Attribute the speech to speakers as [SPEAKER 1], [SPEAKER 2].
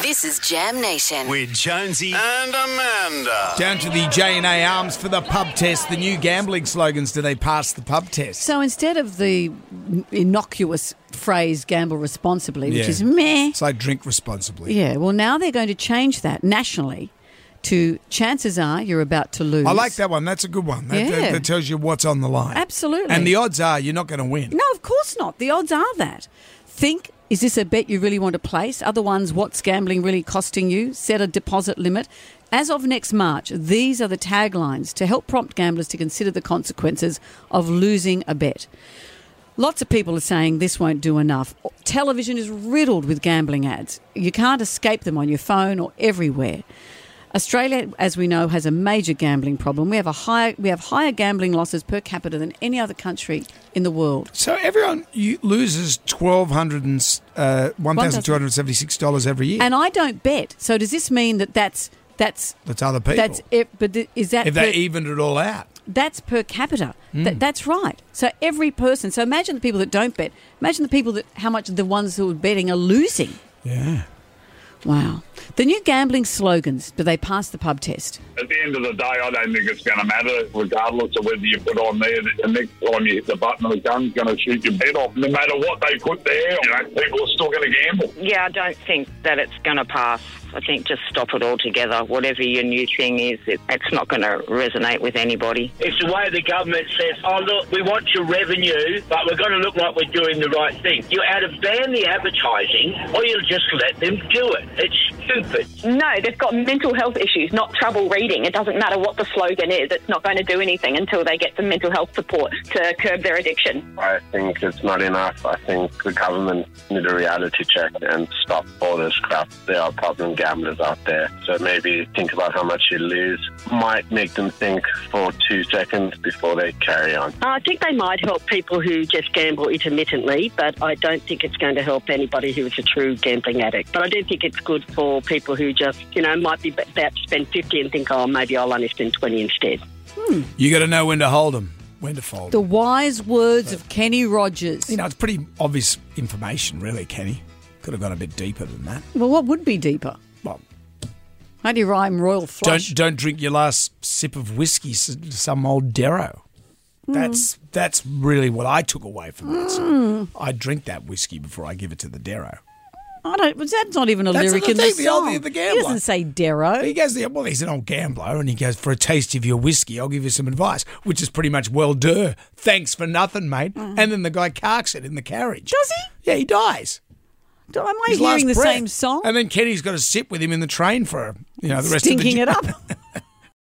[SPEAKER 1] This is Jam Nation.
[SPEAKER 2] with Jonesy.
[SPEAKER 3] and Amanda.
[SPEAKER 4] Down to the J&A Arms for the pub test. The new gambling slogans, do they pass the pub test?
[SPEAKER 5] So instead of the innocuous phrase gamble responsibly, which
[SPEAKER 4] Yeah.
[SPEAKER 5] is meh,
[SPEAKER 4] It's like drink responsibly.
[SPEAKER 5] yeah, well, now they're going to change that nationally to chances are you're about to lose.
[SPEAKER 4] I like that one. That's a good one. That, that-
[SPEAKER 5] Yeah.
[SPEAKER 4] that tells you what's on the line.
[SPEAKER 5] Absolutely.
[SPEAKER 4] And the odds are you're not going to win.
[SPEAKER 5] No, of course not. The odds are that. Think is this a bet you really want to place? Other ones, what's gambling really costing you? Set a deposit limit. As of next March, these are the taglines to help prompt gamblers to consider the consequences of losing a bet. Lots of people are saying this won't do enough. Television is riddled with gambling ads. You can't escape them on your phone or everywhere. Australia, as we know, has a major gambling problem. We have a higher we have higher gambling losses per capita than any other country in the world.
[SPEAKER 4] So everyone you, loses twelve hundred and s- uh, $1,276 every year.
[SPEAKER 5] And I don't bet. So does this mean that that's that's
[SPEAKER 4] That's other people.
[SPEAKER 5] that's it? But th- is that
[SPEAKER 4] if
[SPEAKER 5] per,
[SPEAKER 4] they Hmm. evened it all out.
[SPEAKER 5] that's per capita? That, that's right. So every person. So imagine the people that don't bet. Imagine the people that how much the ones who are betting are losing.
[SPEAKER 4] Yeah.
[SPEAKER 5] Wow. The new gambling slogans. Do they pass the pub test?
[SPEAKER 6] At the end of the day, I don't think it's going to matter, regardless of whether you put on there that the next time you hit the button, the gun's going to shoot your head off. No matter what they put there, you know, people are still going to gamble.
[SPEAKER 7] Yeah, I don't think that it's going to pass. I think just stop it altogether. Whatever your new thing is, it, it's not going to resonate with anybody.
[SPEAKER 8] It's the way the government says, oh, look, we want your revenue, but we're going to look like we're doing the right thing. You either ban the advertising or you'll just let them do it. It's stupid.
[SPEAKER 9] No, they've got mental health issues, not trouble reading. It doesn't matter what the slogan is, it's not going to do anything until they get some mental health support to curb their addiction.
[SPEAKER 10] I think it's not enough. I think the government need a reality check and stop all this crap. There are problem gamblers out there. So maybe think about how much you lose. Might make them think for two seconds before they carry on.
[SPEAKER 11] I think they might help people who just gamble intermittently, but I don't think it's going to help anybody who is a true gambling addict. But I do think it's good for people who just, you know, might be about to spend 50 and think, oh, maybe I'll only spend 20 instead.
[SPEAKER 4] You got to know when to hold them, when to fold.
[SPEAKER 5] The
[SPEAKER 4] 'em.
[SPEAKER 5] wise words of Kenny Rogers.
[SPEAKER 4] you know, it's pretty obvious information, really, Kenny. Could have gone a bit deeper than that.
[SPEAKER 5] Well, what would be deeper?
[SPEAKER 4] Well,
[SPEAKER 5] How do you rhyme royal flush?
[SPEAKER 4] Don't don't drink your last sip of whiskey s- to some old Darrow.
[SPEAKER 5] Hmm.
[SPEAKER 4] That's that's really what I took away from that.
[SPEAKER 5] Hmm.
[SPEAKER 4] song. I drink that whiskey before I give it to the Darrow.
[SPEAKER 5] I don't. well, That's not even a
[SPEAKER 4] That's
[SPEAKER 5] lyric
[SPEAKER 4] the
[SPEAKER 5] in the
[SPEAKER 4] thing, the old-
[SPEAKER 5] song.
[SPEAKER 4] the
[SPEAKER 5] he
[SPEAKER 4] gambler.
[SPEAKER 5] doesn't say Darrow.
[SPEAKER 4] He goes, there, well, he's an old gambler, and he goes, for a taste of your whiskey, I'll give you some advice, which is pretty much, well, duh, thanks for nothing, mate.
[SPEAKER 5] Hmm.
[SPEAKER 4] And then the guy carks it in the carriage.
[SPEAKER 5] Does he?
[SPEAKER 4] Yeah, he dies.
[SPEAKER 5] Am I
[SPEAKER 4] His last
[SPEAKER 5] hearing the
[SPEAKER 4] breath.
[SPEAKER 5] same song?
[SPEAKER 4] And then Kenny's got to sit with him in the train for, you know, the rest of the
[SPEAKER 5] Stinking it up.